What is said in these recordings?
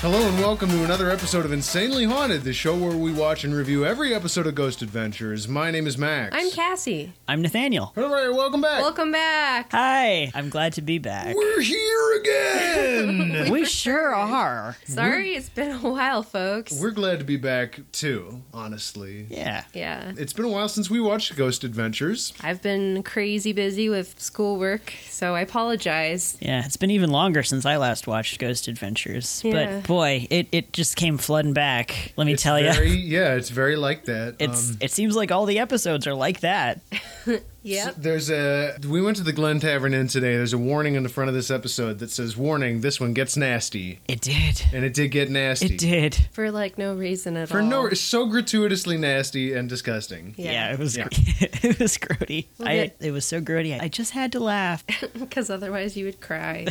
Hello and welcome to another episode of Insanely Haunted, the show where we watch and review every episode of Ghost Adventures. My name is Max. I'm Cassie. I'm Nathaniel. All right, welcome back. Welcome back. Hi. I'm glad to be back. We're here again. We sure are. Sorry, it's been a while, folks. We're glad to be back too, honestly. Yeah. Yeah. It's been a while since we watched Ghost Adventures. I've been crazy busy with schoolwork, so I apologize. Yeah. It's been even longer since I last watched Ghost Adventures. Yeah. But boy, it, it just came flooding back. Let me It's tell very, you. Yeah, it's very like that. It's Um, it seems like all the episodes are like that. Yep. there's a we went to the Glen Tavern Inn today. There's a warning on the front of this episode that says "Warning: This one gets nasty," It did. and it did get nasty. It did. For like no reason at For all. no, it's so gratuitously nasty and disgusting. Yeah, Yeah. it was Yeah. it was grody. Well, I good. it was so grody. I just had to laugh. Because otherwise you would cry.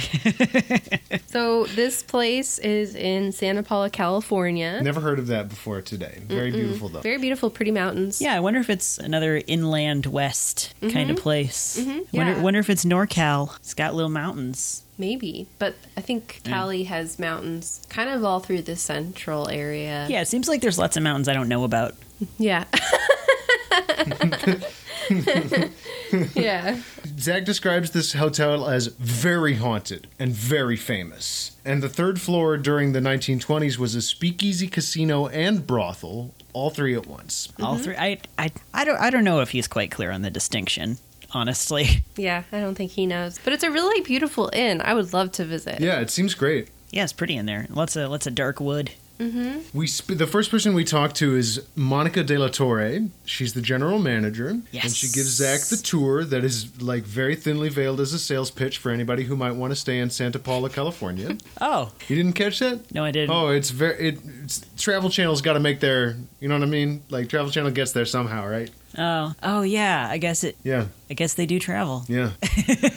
so this place is in Santa Paula, California. Never heard of that before today. Very beautiful though. Very beautiful, pretty mountains. Yeah, I wonder if it's another inland west kind of place. Wonder yeah. wonder if it's NorCal. It's got little mountains. Maybe. But I think Cali has mountains kind of all through the central area. Yeah, it seems like there's lots of mountains I don't know about. Yeah. yeah. Zach describes this hotel as very haunted and very famous. And the third floor during the 1920s was a speakeasy, casino, and brothel, all three at once. all three I, I Mm-hmm. i don't i don't know if he's quite clear on the distinction honestly Yeah, I don't think he knows. But it's a really beautiful inn. I would love to visit. Yeah, it seems great. yeah it's pretty in there lots of lots of dark wood We sp- the first person we talk to is Monica De La Torre. She's the general manager, and she gives Zach the tour that is like very thinly veiled as a sales pitch for anybody who might want to stay in Santa Paula, California. oh you didn't catch that? no i didn't Oh, it's very. It, it's, Travel Channel's got to make their. You know what I mean? Like Travel Channel gets there somehow, right? oh oh yeah i guess it Yeah, i guess they do travel yeah.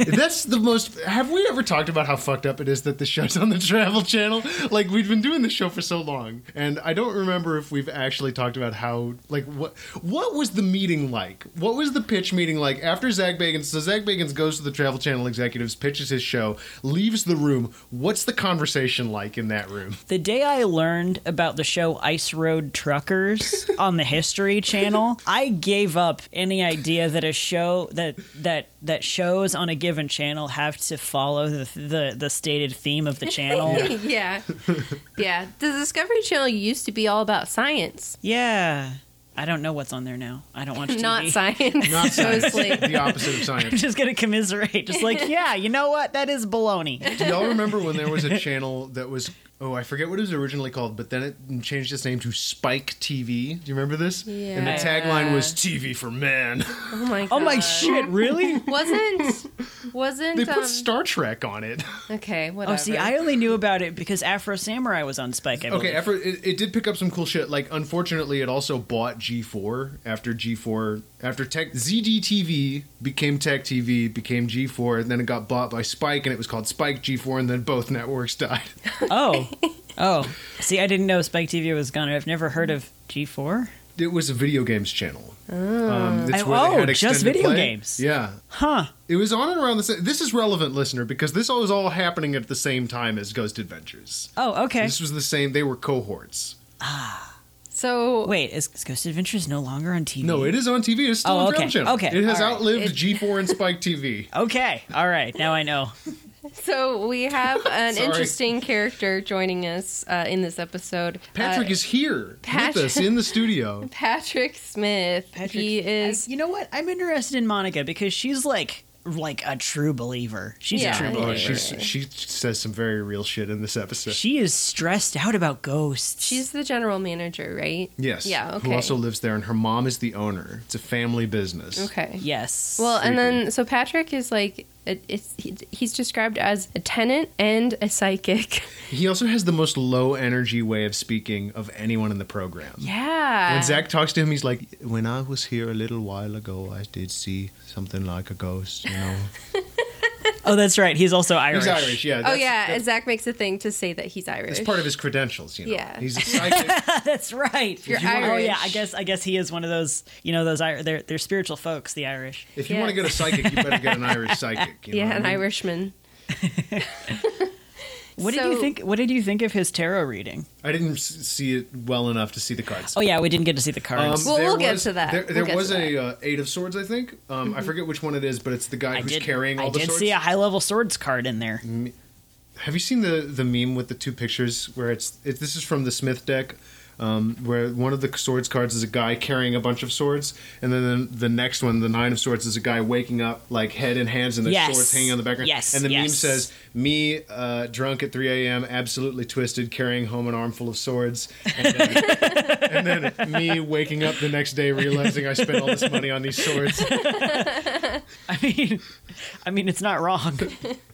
That's the most. Have we ever talked about how fucked up it is that the show's on the Travel Channel? Like we've been doing the show for so long, and I don't remember if we've actually talked about how. Like what? What was the meeting like? What was the pitch meeting like after Zach Bagans? So Zach Bagans goes to the Travel Channel executives, pitches his show, leaves the room. What's the conversation like in that room? the day i learned about the show ice road truckers on the history channel i gave up any idea that a show that that that shows on a given channel have to follow the the, the stated theme of the channel yeah. Yeah. The Discovery Channel used to be all about science, yeah i don't know what's on there now i don't watch TV. not science. Not science. Mostly. the opposite of science. I'm just gonna commiserate. Just like, yeah, you know what? That is baloney. Do y'all remember when there was a channel that was oh I forget what it was originally called, but then it changed its name to Spike TV. Do you remember this? And the Yeah. tagline was TV for men. Oh my god. Oh my shit, really? Wasn't wasn't they put um, Star Trek on it. Okay, whatever. Oh, see, I only knew about it because Afro Samurai was on Spike. I Okay, believe. after it, it did pick up some cool shit. Like unfortunately, it also bought G4 after G4 after Tech ZDTV became Tech TV became G4, and then it got bought by Spike, and it was called Spike G4, and then both networks died. Oh, oh. See, I didn't know Spike TV was gone. I've never heard of G4. It was a video games channel. Um, it's I- where they oh, had just extended video play. games. Yeah, Huh? It was on and around the same. This is relevant, listener, because this was all happening at the same time as Ghost Adventures. Oh, okay. This was the same. They were cohorts. so Wait, is, is Ghost Adventures no longer on TV? No, it is on TV. It's still Oh, on okay, Travel Channel. okay, It has all right. Uh, outlived It- G4 and Spike TV. Okay. All right. Now I know. so we have an Sorry. interesting character joining us uh, in this episode. Patrick Uh, is here Pat- with us in the studio. Patrick Smith. Patrick, he is I- you know what? I'm interested in Monica because she's like like a true believer. She's Yeah. a true Oh, Oh, believer. she's, she says some very real shit in this episode. She is stressed out about ghosts. She's the general manager, right? yes. Yeah. Okay. Who also lives there, and her mom is the owner. It's a family business. okay. yes. Well, Creepy. and then so Patrick is like it- it's he- he's described as a tenant and a psychic. He also has the most low energy way of speaking of anyone in the program. Yeah. When Zach talks to him, he's like, "When I was here a little while ago, I did see something like a ghost." You know, oh, that's right. He's also Irish. he's Irish, yeah. Oh that's- yeah, that's- and Zach makes a thing to say that he's Irish. It's part of his credentials, you know. Yeah. He's a psychic. that's right. You're Oh yeah, Irish. I guess I guess he is one of those you know those Ir- they're they're spiritual folks, the Irish. if you want to get a psychic, you better get an Irish psychic. You know yeah, what I an mean? Irishman. What did So- you think? What did you think of his tarot reading? I didn't s- see it well enough to see the cards. Um, Oh yeah, we didn't get to see the cards. Well, there we'll get was- to that. Mm-hmm. There, We'll there get was to a uh, eight of swords, I think. Um, I forget which one it is, but it's the guy I who's did, carrying all I the did swords. Mm. see a high level swords card in there. Have you seen the the meme with the two pictures where it's it, this is from the Smith deck, um, where one of the swords cards is a guy carrying a bunch of swords, and then the, the next one, the nine of swords, is a guy waking up like head in hands and there's Yes. swords hanging on the background. Yes, and the meme yes. says, "Me uh, drunk at 3 a.m., absolutely twisted, carrying home an armful of swords." And then, and then me waking up the next day realizing I spent all this money on these swords. I mean, I mean, it's not wrong.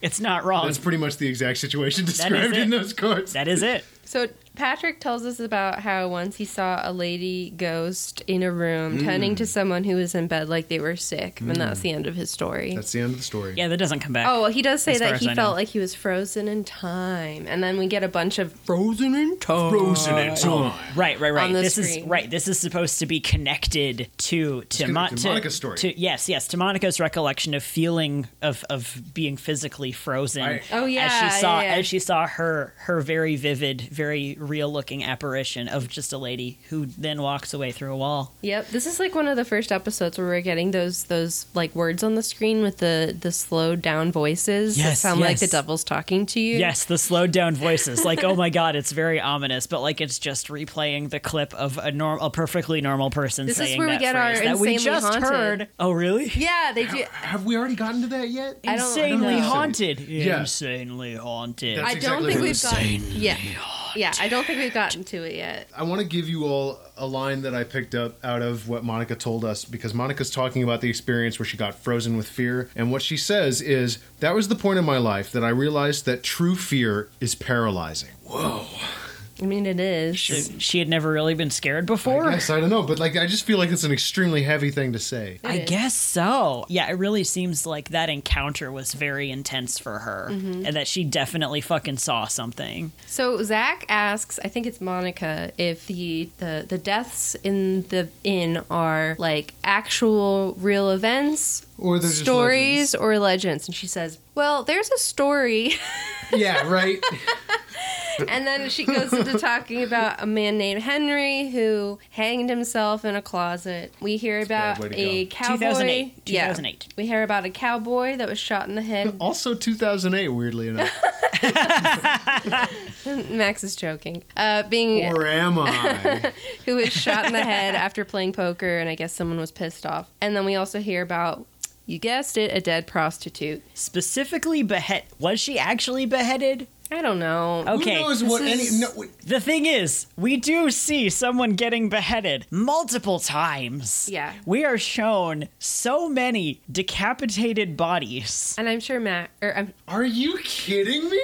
It's not wrong. That's pretty much the exact situation is described in it. those cards. That is it. So Patrick tells us about how once he saw a lady ghost in a room Mm. turning to someone who was in bed like they were sick, and that's the end of his story. That's the end of the story. Yeah, that doesn't come back. Oh, well, he does say As far that as he I felt know. like he was frozen in time, and then we get a bunch of Frozen in time. Frozen in time. Right, right, right. on the this screen. is right. This is supposed to be connected to to, connected Mo- to to Monica's story. to- yes, yes, to Monica's recollection of feeling of of being physically frozen. Right. Oh, yeah, as she saw yeah, yeah. as she saw her her very vivid, very real looking apparition of just a lady who then walks away through a wall. Yep, this is like one of the first episodes where we're getting those those like words on the screen with the the slowed down voices that Yes, sound like the yes. devil's talking to you. Yes, the slowed down voices. Like, oh my god, it's very ominous, but like it's just replaying the clip of a norm a perfectly normal person This is saying where we that get our phrase that we insanely just haunted. heard. Oh really? Yeah, they do. Have we already gotten to that yet? I don't- I don't Insanely know. haunted. Yeah. Insanely haunted. That's I don't exactly think what we've gotten. Yeah, yeah, I don't think we've gotten to it yet. I want to give you all a line that I picked up out of what Monica told us because Monica's talking about the experience where she got frozen with fear. And what she says is, That was the point in my life that I realized that true fear is paralyzing. Whoa. I mean, it is. So she had never really been scared before. I guess, I don't know, but like, I just feel like it's an extremely heavy thing to say. I guess so. Yeah, it really seems like that encounter was very intense for her Mm-hmm. and that she definitely fucking saw something. So Zach asks, I think it's Monica, if the, the the deaths in the inn are like actual real events, Or they're just stories, or legends, and she says, "Well, there's a story." Yeah, right? And then she goes into talking about a man named Henry who hanged himself in a closet. We hear bad about way to a go. cowboy. 2008. Yeah. 2008. We hear about a cowboy that was shot in the head. also, 2008, weirdly enough. Max is joking. Uh, being Or am I? who was shot in the head after playing poker, and I guess someone was pissed off. And then we also hear about, you guessed it, a dead prostitute. Specifically behead was she actually beheaded? I don't know. Okay. Who knows what this any. is- No, wait, The thing is, we do see someone getting beheaded multiple times. Yeah. We are shown so many decapitated bodies. And I'm sure Matt, or I'm are you kidding me?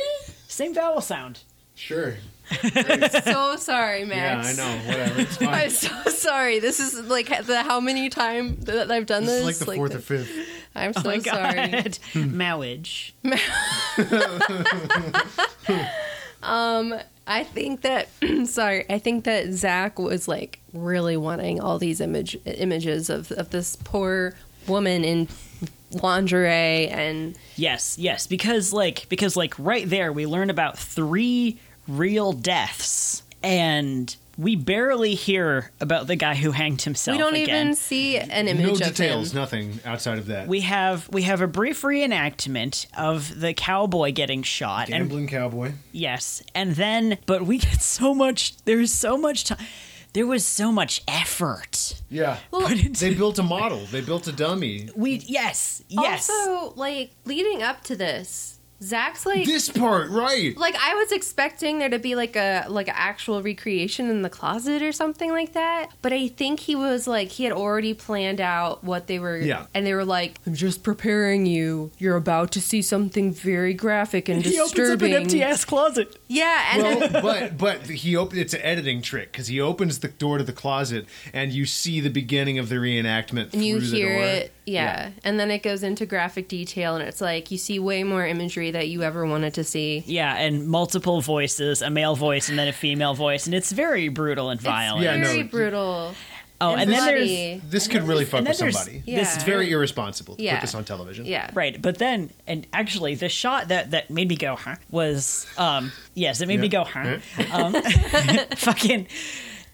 Same vowel sound. Sure. so sorry, Yeah, I Max. know. Whatever. It's fine. I'm so sorry. This is like the how many time that I've done This this. is like the fourth or fifth. I'm so Oh my sorry. god. Marriage. I think that sorry. I think that Zach was like really wanting all these image images of of this poor woman in lingerie and Yes, yes, because like because like right there we learn about three real deaths and we barely hear about the guy who hanged himself we don't again. even see an image No of details, him. nothing outside of that. we have we have a brief reenactment of the cowboy getting shot and Gambling cowboy. Yes. And then, but we get so much, there's so much time. there was so much effort. Yeah. Well, Put into- they built a model. They built a dummy. we yes yes. Also, like leading up to this, Zach's like This part, right? like I was expecting there to be like a like an actual recreation in the closet or something like that. But I think he was like he had already planned out what they were Yeah. and they were like, I'm just preparing you. You're about to see something very graphic and he opens up an disturbing. empty ass closet. yeah, and then Well, but but he op- it's an editing trick because he opens the door to the closet and you see the beginning of the reenactment. and you through the hear door. it yeah. and then it goes into graphic detail and it's like you see way more imagery that you ever wanted to see Yeah, and multiple voices, a male voice and then a female voice, and it's very brutal and violent. it's Yeah, no, very d- brutal oh, and and then there's bloody. This could really fuck and with then there's somebody. Yeah. This is very irresponsible to Yeah. put this on television. yeah Right, but then, and actually, the shot that that made me go, huh, was, um, yes, it made me Yeah. go, huh, um, fucking.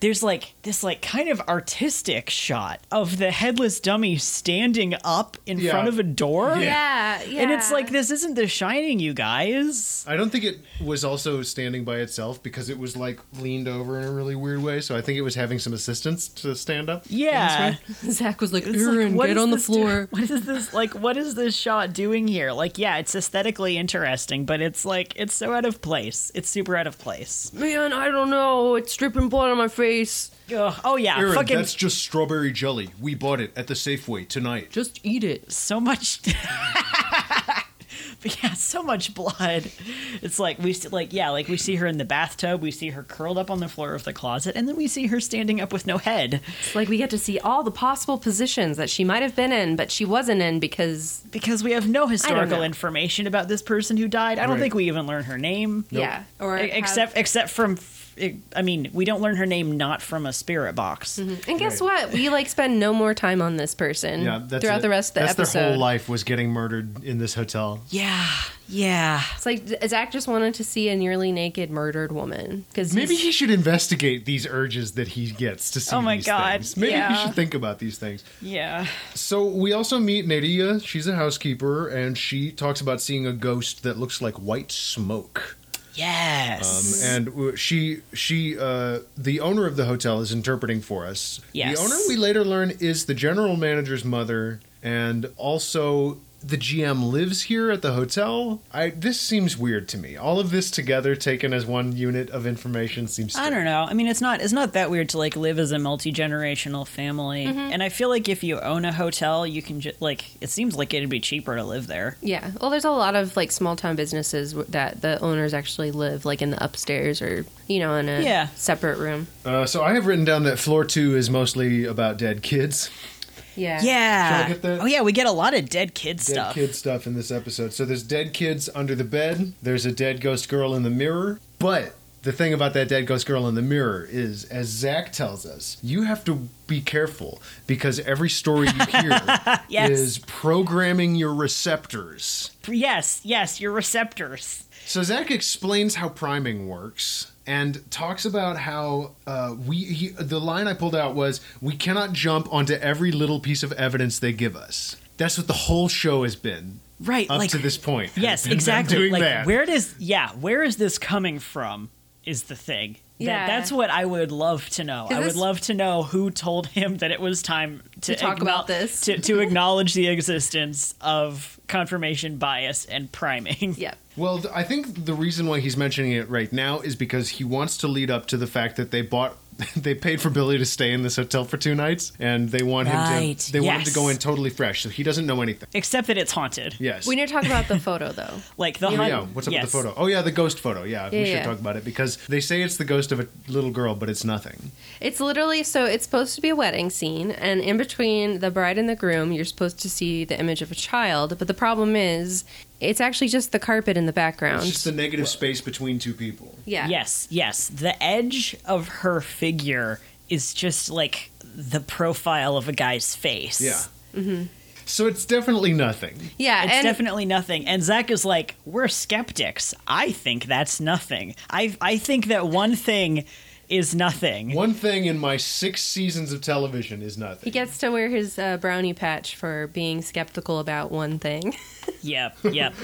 There's like this like kind of artistic shot of the headless dummy standing up in Yeah. front of a door, Yeah. yeah Oh, yeah and it's like this isn't The Shining, you guys. I don't think it was also standing by itself because it was like leaned over in a really weird way. So I think it was having some assistance to stand up. Yeah, Zach was like, It's like, Aaron, what get is on the this do- floor. what is this like? What is this shot doing here? Like, yeah, it's aesthetically interesting, but it's like it's so out of place. It's super out of place. Man, I don't know. It's dripping blood on my face. Ugh. Oh yeah, Aaron, fucking that's just strawberry jelly. We bought it at the Safeway tonight. Just eat it. so much. But yeah, so much blood. It's like we see, like yeah, like we see her in the bathtub. We see her curled up on the floor of the closet, and then we see her standing up with no head It's like we get to see all the possible positions that she might have been in, but she wasn't in because, because we have no historical know. information about this person who died. I don't Right. think we even learn her name. yeah. Or E- except except from e, I mean, we don't learn her name not from a spirit box. have- and guess Right. what? We like spend no more time on this person Yeah, that's Mm, throughout it. the rest of the that's episode. their whole life was getting murdered in this hotel. Yeah, yeah. It's like Zach just wanted to see a nearly naked murdered woman because Maybe he should investigate these urges that he gets to see. Oh my these God, things. Maybe he yeah. should think about these things. Yeah. So we also meet Nadia. She's a housekeeper, and she talks about seeing a ghost that looks like white smoke. Um, Yes. and w- she, she, uh, the owner of the hotel is interpreting for us. Yes. The owner we later learn is the general manager's mother, and also the GM lives here at the hotel. I this seems weird to me. All of this together, taken as one unit of information, seems. I strange. don't know. I mean, it's not it's not that weird to like live as a multi generational family, and I feel like if you own a hotel, you can just like it seems like it'd be cheaper to live there. Yeah. Well, there's a lot of like small town businesses w- that the owners actually live like in the upstairs or, you know, in a Yeah. separate room. Uh, so I have written down that floor two is mostly about dead kids, Yeah. Yeah. Shall I get that? Oh yeah, we get a lot of dead kid dead stuff. kid stuff in this episode. So there's dead kids under the bed. There's a dead ghost girl in the mirror. But the thing about that dead ghost girl in the mirror is, as Zach tells us, you have to be careful because every story you hear Yes. is programming your receptors. Yes, yes, your receptors. So Zach explains how priming works and talks about how uh, we. He, the line I pulled out was, "We cannot jump onto every little piece of evidence they give us." That's what the whole show has been Right, up like to this point. has Yes, been them exactly. Doing like that. where does yeah, where is this coming from is the thing. That- Yeah. that's what I would love to know. Is I this- would love to know who told him that it was time to, To talk acknow- about this. to, to acknowledge the existence of confirmation bias and priming. Yeah. Well, th- I think the reason why he's mentioning it right now is because he wants to lead up to the fact that they bought, they paid for Billy to stay in this hotel for two nights, and they want him Right, to, they want him to yes. go in totally fresh, so he doesn't know anything. Except that it's haunted. Yes. We need to talk about the photo though. Like the Oh haunted. yeah, what's up yes. with the photo? Oh yeah, the ghost photo. Yeah, Yeah, we should yeah. talk about it because they say it's the ghost of a little girl, but it's nothing. It's literally so it's supposed to be a wedding scene, and in between the bride and the groom, you're supposed to see the image of a child. But the problem is, it's actually just the carpet in the background. It's just the negative space between two people. yeah. Yes, yes. The edge of her figure is just like the profile of a guy's face. Yeah. Mm-hmm. So it's definitely nothing. Yeah. It's and definitely nothing. And Zach is like, we're skeptics. I think that's nothing. I I think that one thing is nothing. One thing in my six seasons of television is he nothing. gets to wear his uh, brownie patch for being skeptical about one thing. Yep, yep,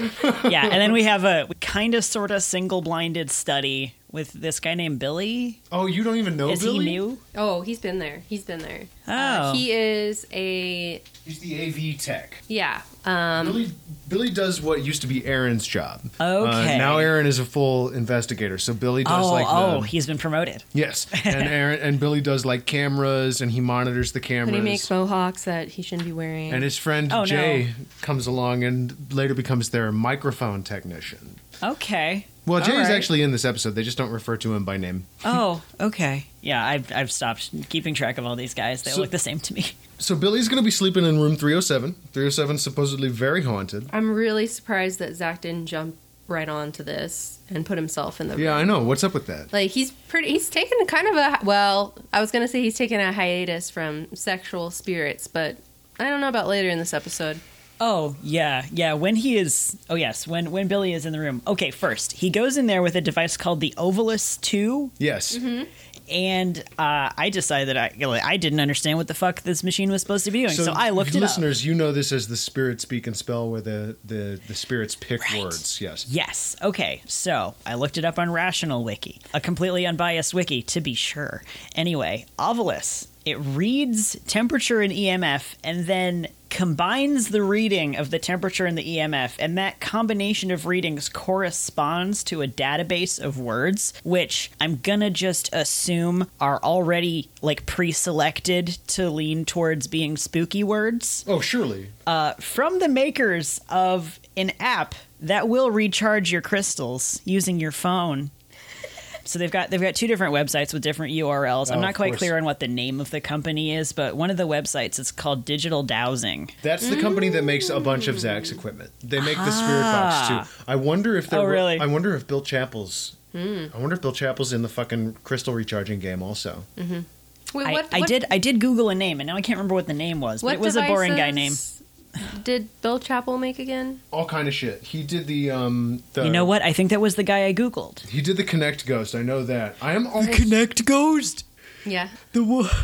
yeah. And then we have a kind of sort of single blinded study with this guy named Billy. Oh, you don't even know Is Billy? he new? Oh, he's been there. He's been there. Uh, Oh. he is a He's the AV tech. yeah. Um, Billy Billy does what used to be Aaron's job. Uh, Okay. now Aaron is a full investigator, so Billy does Oh, like oh, the, he's been promoted. yes, and Aaron and Billy does like cameras, and he monitors the and cameras. he makes mohawks that he shouldn't be wearing. and his friend Oh, no. Jay comes along and later becomes their microphone technician. Okay. Well, All Jay's right. actually in this episode. They just don't refer to him by name. Oh, okay. Yeah, I've I've stopped keeping track of all these guys. They So- look the same to me. So Billy's going to be sleeping in room 307. 307 's supposedly very haunted. I'm really surprised that Zach didn't jump right onto this and put himself in the Yeah, I know. What's up with that? Like he's pretty. He's taken a kind of a well. I was gonna say he's taken a hiatus from sexual spirits, but I don't know about later in this episode. Oh yeah, yeah. When he is, oh yes, when when Billy is in the room. Okay, first he goes in there with a device called the Ovalus Two, Yes. Mm-hmm. and uh, I decided I I didn't understand what the fuck this machine was supposed to be doing, so, I looked it up. Listeners, you know this as the spirit speak and spell where the, the, the spirits pick Right. words. Yes. Yes. Okay. So I looked it up on Rational Wiki, a completely unbiased wiki, to be sure. Anyway, Ovilus, it reads temperature and EMF and then combines the reading of the temperature and the EMF, and that combination of readings corresponds to a database of words, which I'm gonna just assume are already like pre selected to lean towards being spooky words Oh, surely. from the makers of an app that will recharge your crystals using your phone. So they've got they've got two different websites with different URLs. Oh, I'm not of quite course. clear on what the name of the company is, but one of the websites it's called Digital Dowsing. That's the company that makes a bunch of Zach's equipment. They make the spirit box too. I wonder if there Ah. Oh, were- really? Hmm. I wonder if Bill Chappell's. I wonder if Bill Chappell's in the fucking crystal recharging game also. Mm. Wait, I, I did I did Google a name and now I can't remember what the name was, but it was a boring guy name. devices Did Bill Chappell make again? All kind of shit. He did the um. The, You know what? I think that was the guy I Googled. He did the Connect Ghost. I know that. I am almost. Connect Ghost. Yeah. The wo-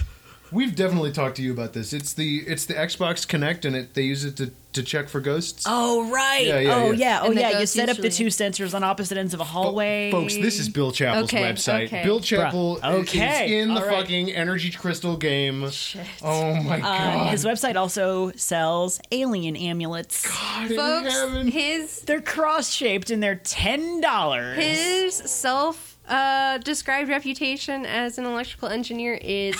We've definitely talked to you about this. It's the it's the Xbox Connect, and it they use it to to check for ghosts. Oh right. Yeah, yeah, oh yeah. yeah. Oh And the yeah. You ghost set up the two usually- sensors on opposite ends of a hallway. Oh, Folks, this is Bill Chappell's Okay, website. okay. Bill Chappell Bruh, okay, is in the all right. fucking energy crystal game. Shit. Oh my Uh, god. his website also sells alien amulets. God in Folks, heaven. his They're cross shaped and they're ten dollars. his self uh, described reputation as an electrical engineer is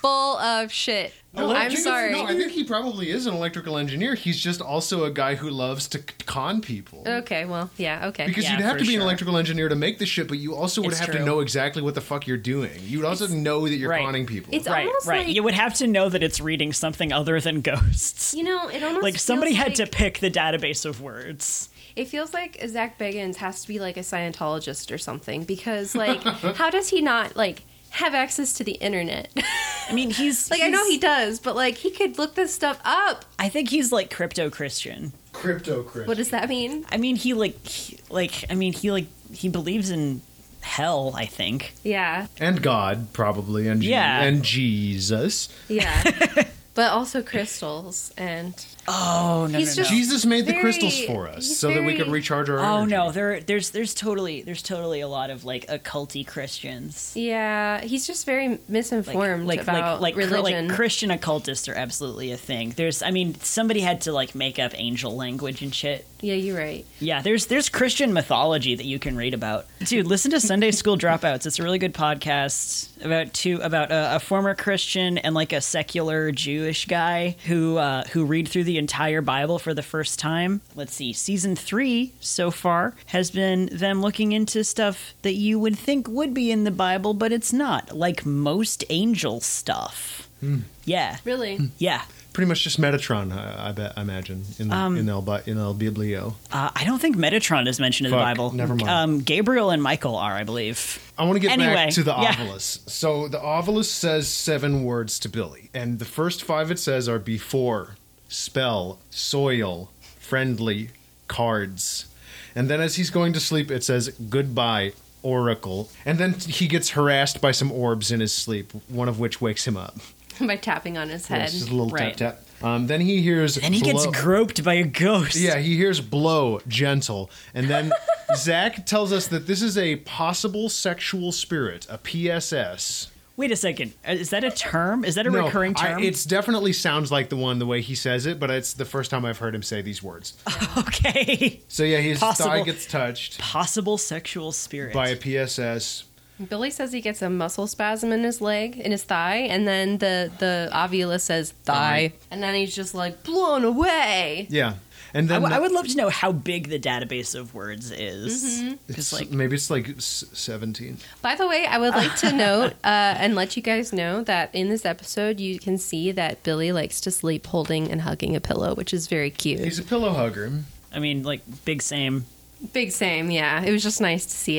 full of shit. Oh, No, I I'm think it's- sorry. No, I think he probably is an electrical engineer. He's just also a guy who loves to c- con people. okay. Well. Uh, Yeah. Okay. because yeah, you'd have for to be an sure. electrical engineer to make this shit, but you also would It's have to true. know exactly what the fuck you're doing. You'd also know that you're Right. conning people. It's Right, almost right. like you would have to know that it's reading something other than ghosts. you know it almost Like somebody feels had to like- pick the database of words. It feels like Zach Bagans has to be like a Scientologist or something because, like, how does he not like have access to the internet? I mean, he's like, I know he he's- does, but like, he could look this stuff up. I think he's like crypto Christian. Crypto Chris. What does that mean? I mean, he like, he, like, I mean, he like, he believes in hell. I think. Yeah, and God, probably, and, Je- Yeah. and Jesus. yeah. but also crystals, and Oh no, He's no, no. just- Jesus made the Very- crystals for us he's so that we could very- recharge our Oh energy. no, there, there's, there's totally, there's totally a lot of like occulty Christians. yeah, he's just very misinformed like about like like, cr- religion. like Christian occultists are absolutely a thing. There's I mean somebody had to like make up angel language and shit. yeah, you're right. Yeah, there's there's Christian mythology that you can read about. Dude, listen to Sunday School Dropouts. It's a really good podcast about two about a, a former Christian and like a secular Jewish guy who uh, who read through the entire Bible for the first time. Let's see, season three so far has been them looking into stuff that you would think would be in the Bible, but it's not. Like most angel stuff. Hmm. Yeah, Really, yeah. Pretty much just Metatron, I, I bet, I imagine, in, Um, in, El, Bi- in El Biblio. Uh, I don't think Metatron is mentioned in the Fuck, Bible. never mind. Um, Gabriel and Michael are, I believe. I want to get Anyway, back to the yeah. ovilus. So the ovilus says seven words to Billy, and the first five it says are before, spell, soil, friendly, cards. And then as he's going to sleep, it says goodbye, oracle. And then he gets harassed by some orbs in his sleep, one of which wakes him up. by tapping on his head. It's just a little Right. tap tap. Um, then he hears. Then he blow. gets groped by a ghost. Yeah, he hears blow gentle, and then Zach tells us that this is a possible sexual spirit, a PSS. Wait a second. Uh, Is that a term? Is that a recurring term? it definitely sounds like the one the way he says it, but it's the first time I've heard him say these words. okay. So yeah, his thigh Possible. gets touched Possible sexual spirit. by a PSS. Billy says he gets a muscle spasm in his leg, in his thigh, and then the the ovula says thigh, and then he's just like blown away. Yeah, and I, then w- I the- would love to know how big the database of words is. Mm-hmm. it's, Because like maybe it's like s- seventeen. By the way, I would like to note uh, and let you guys know that in this episode, you can see that Billy likes to sleep holding and hugging a pillow, which is very cute. He's a pillow hugger. I mean, like big same. Big same, yeah. It was just nice to see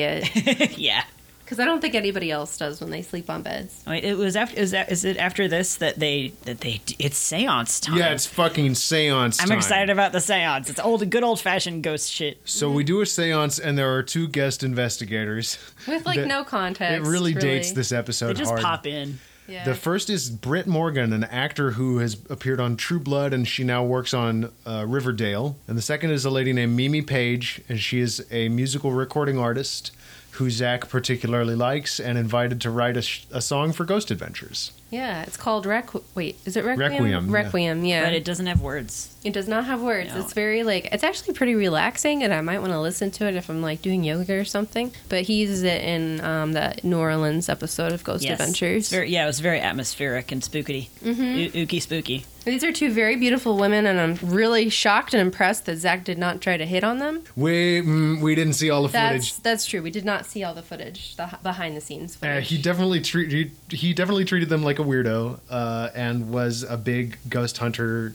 it yeah. because I don't think anybody else does when they sleep on beds. I mean, it was after. Is that? Is it after this that they that they? d- It's seance time. Yeah, it's fucking seance. I'm time. excited about the seance. It's old, good old fashioned ghost shit. So we do a seance, and there are two guest investigators. With like That- no It context. really, dates this episode They just hard. pop in. Yeah. The first is Britt Morgan, an actor who has appeared on True Blood and she now works on uh, Riverdale. And the second is a lady named Mimi Page, and she is a musical recording artist who Zach particularly likes and invited to write a, sh- a song for Ghost Adventures. yeah, it's called Requ. Wait, is it Requiem? Requiem, yeah. yeah. But it doesn't have words. It does not have words. No. It's very like it's actually pretty relaxing, and I might want to listen to it if I'm like doing yoga or something. But he uses it in um, that New Orleans episode of Ghost Yes. It's Adventures. Mm-hmm. very- yeah, it was very atmospheric and spookity. O- ooky spooky. These are two very beautiful women, and I'm really shocked and impressed that Zach did not try to hit on them. We, mm, we didn't see all the That's footage. that's true. We did not see all the footage, the h- behind the scenes Uh, footage. he definitely treat, he, he definitely treated them like a weirdo uh, and was a big ghost hunter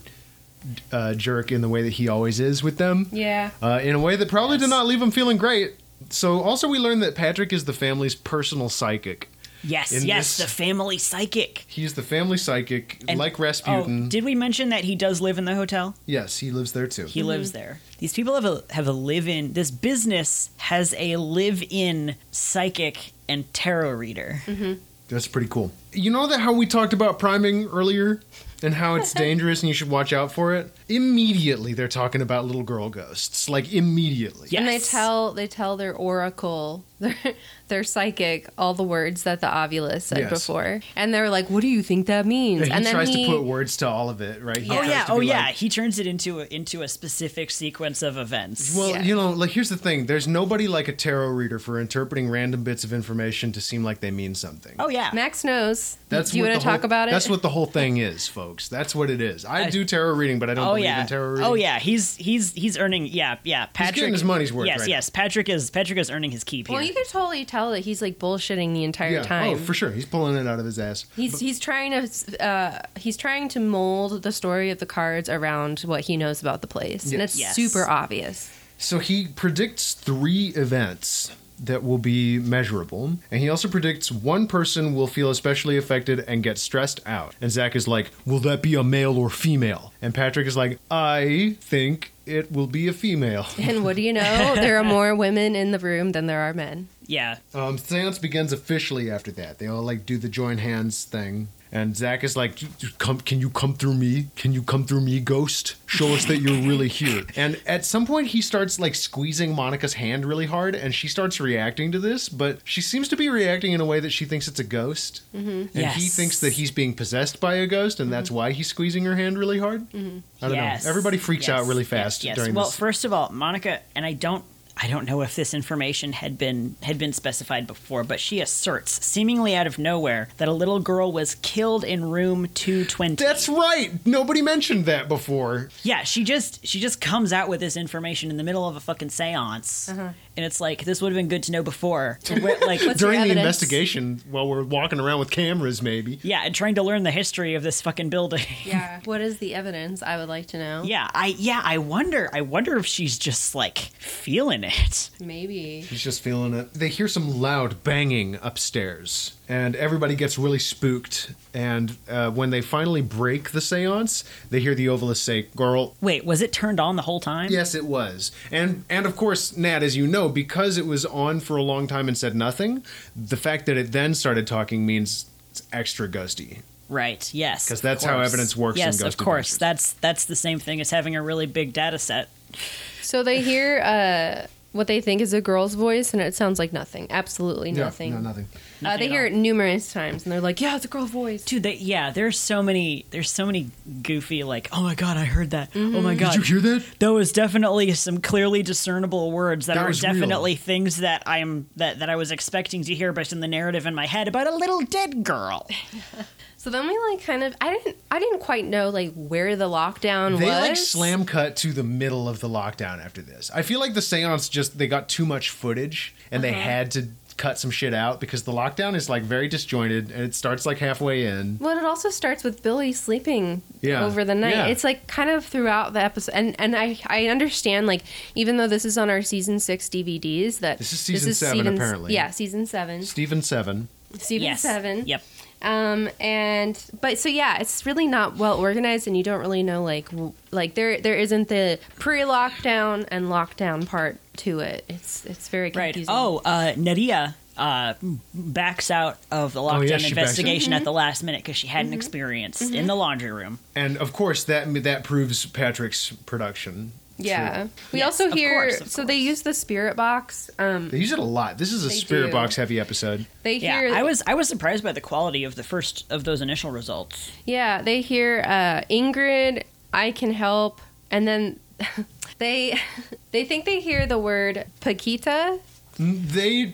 uh, jerk in the way that he always is with them. yeah. uh, in a way that probably did Yes. not leave him feeling great. So, also, we learned that Patrick is the family's personal psychic. Yes, In yes, this- the family psychic. He's the family psychic, And- like Rasputin. Oh, did we mention that he does live in the hotel? yes, he lives there too. He Mm-hmm. lives there. These people have a have a live in. This business has a live in psychic and tarot reader. That's pretty cool. You know that how we talked about priming earlier and how it's dangerous and you should watch out for it? Immediately, they're talking about little girl ghosts. Like, immediately. Yeah. And they Yes. tell they tell their oracle, their, their psychic, all the words that the ovulus said Yes. before, and they're like, "What do you think that means?" And he then tries to put words to all of it, right? He Oh tries yeah, to oh be yeah. like, he turns it into a, into a specific sequence of events. Well, Yeah. you know, like here's the thing: there's nobody like a tarot reader for interpreting random bits of information to seem like they mean something. oh yeah. Max knows. That's do you what want the to talk whole- about it? That's what the whole thing is, folks. That's what it is. I, I- do tarot reading, but I don't Oh believe yeah. in tarot reading. Oh yeah. He's he's he's earning. Yeah, yeah. Patrick getting his money's worth Yes, right yes. Patrick is Patrick is earning his keep here. Well, you can totally tell that he's like bullshitting the entire Yeah. time. Oh, for sure. He's pulling it out of his ass. He's he's trying to uh, he's trying to mold the story of the cards around what he knows about the place, and Yes. it's Yes. super obvious. So he predicts three events that will be measurable, and he also predicts one person will feel especially affected and get stressed out. And Zach is like, "Will that be a male or female?" And Patrick is like, "I think it will be a female." And what do you know? there are more women in the room than there are men. yeah. Um, seance begins officially after that. They all like do the join hands thing. And Zach is like, come, can you come through me? Can you come through me, ghost? Show us that you're really here. And at some point, he starts like squeezing Monica's hand really hard, and she starts reacting to this, but she seems to be reacting in a way that she thinks it's a ghost. Mm-hmm. And he Yes. Mm-hmm. thinks that he's being possessed by a ghost, and that's why he's squeezing her hand really hard. Mm-hmm. I don't yes. know. Everybody freaks Yes. out really Yes. fast Yes. during Well, this. first of all, Monica and I don't I don't know if this information had been had been specified before, but she asserts seemingly out of nowhere that a little girl was killed in room 220. that's right. Nobody mentioned that before. Yeah, she just she just comes out with this information in the middle of a fucking séance. And it's like this would have been good to know before. Wh- like What's- during your the evidence? investigation while we're walking around with cameras maybe yeah, and trying to learn the history of this fucking building. Yeah. what is the evidence? I would like to know. Yeah, I yeah, I wonder. I wonder if she's just like feeling it. Maybe. he's just feeling it they hear some loud banging upstairs and everybody gets really spooked and uh, when they finally break the seance they hear the ovalist say girl Wait, was it turned on the whole time? yes it was and and of course nat as you know because it was on for a long time and said nothing the fact that it then started talking means it's extra ghosty Right. Yes. 'Cause of that's how course. evidence works in Yes, Ghost of course. Adventures. That's that's the same thing as having a really big data set. So they hear uh, what they think is a girl's voice, and it sounds like nothing. Absolutely nothing. Yeah, no, nothing. Uh, they at hear all. it numerous times, and they're like, "Yeah, it's a girl voice." Dude, they, yeah, there's so many, there's so many goofy like, oh my god, I heard that. Oh my god, Did you hear that? There was definitely some clearly discernible words that, That are was real. definitely things that I'm that that I was expecting to hear, but in the narrative in my head about a little dead girl. So then we like kind of I didn't I didn't quite know like where the lockdown They was. like slam cut to the middle of the lockdown after this. I feel like the seance just they got too much footage and they had to cut some shit out because the lockdown is like very disjointed and it starts like halfway in. Well, it also starts with Billy sleeping Yeah. over the night. Yeah. It's like kind of throughout the episode, and and I I understand like even though this is on our season six DVDs that This is season seven, apparently. yeah season seven Stephen Seven. season yes. seven Yep. um and but so yeah it's really not well organized and you don't really know like w- like there there isn't the pre-lockdown and lockdown part to it it's it's very Right. confusing Oh, uh, Nadia uh, m- backs out of the Oh, yeah, lockdown she backs out. investigation at the last minute because she had an experience in the laundry room. And of course that that proves Patrick's production. Yeah. True. We Yes, also of hear course, of so they course. use the spirit box. Um They use it a lot. This is a They spirit do. box heavy episode. they hear Yeah, I was I was surprised by the quality of the first of those initial results. Yeah, they hear uh Ingrid, I can help and then they they think they hear the word Paquita. They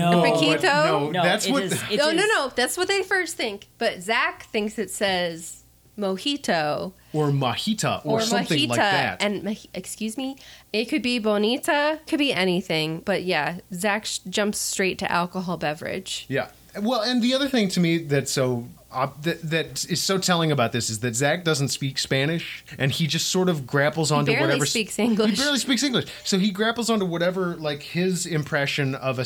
No. Paquito? no, Oh, No, Oh, that's it what is- it Oh, No, no, is- no. That's what they first think. But Zach thinks it says mojito or mojita or, or, something mojita like that. and moj- excuse me, it could be bonita, could be anything. But yeah, Zach sh- jumps straight to alcohol beverage. Yeah. Well, and the other thing to me that's so ob that, that is so telling about this is that Zach doesn't speak Spanish, and he just sort of grapples onto barely whatever speaks English. He barely speaks English, so he grapples onto whatever like his impression of a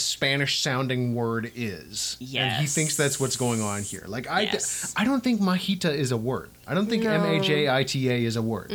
Spanish-sounding word is. and he Yes. thinks that's what's going on here. Like I, Yes. I don't think mojita is a word. I don't think No. M A J I T A is a word,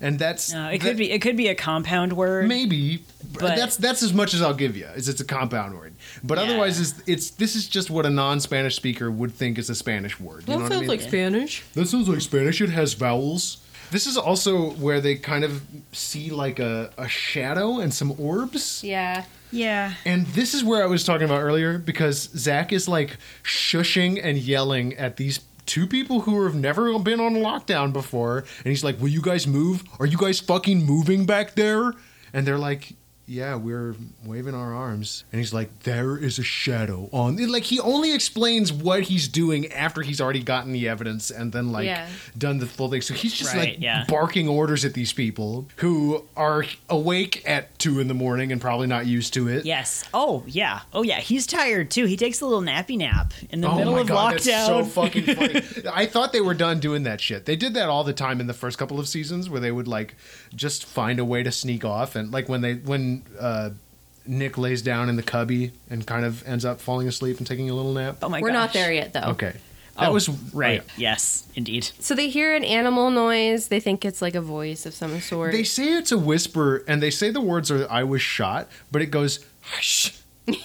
and that's No, it that- could be it could be a compound word. maybe but But- that's that's as much as i'll give you is it's a compound word but Yeah. otherwise it's, it's this is just what a non-spanish speaker would think is a spanish word you know what I mean? Spanish. that sounds like spanish it has vowels this is also where they kind of see like a, a shadow and some orbs Oh Yeah. Yeah. and this is where i was talking about earlier because zach is like shushing and yelling at these Two people who have never been on lockdown before, and he's like, "Will you guys move? Are you guys fucking moving back there?" And they're like, "Yeah, we're waving our arms." And he's like, "There is a shadow on." Like he only explains what he's doing after he's already gotten the evidence and then like Yeah. done the full thing. So he's just Right, like yeah. barking orders at these people who are awake at two in the morning and probably not used to it. Yes. Oh yeah. Oh yeah. He's tired too. He takes a little nappy nap in the middle of lockdown. Oh That's so fucking funny. I thought they were done doing that shit. They did that all the time in the first couple of seasons where they would like just find a way to sneak off and like when they when uh Nick lays down in the cubby and kind of ends up falling asleep and taking a little nap. oh my We're not gosh. there yet though. Okay. That Oh, was right. oh, yeah. Yes, indeed. So they hear an animal noise. They think it's like a voice of some sort. They say it's a whisper and they say the words are I was shot, but it goes hush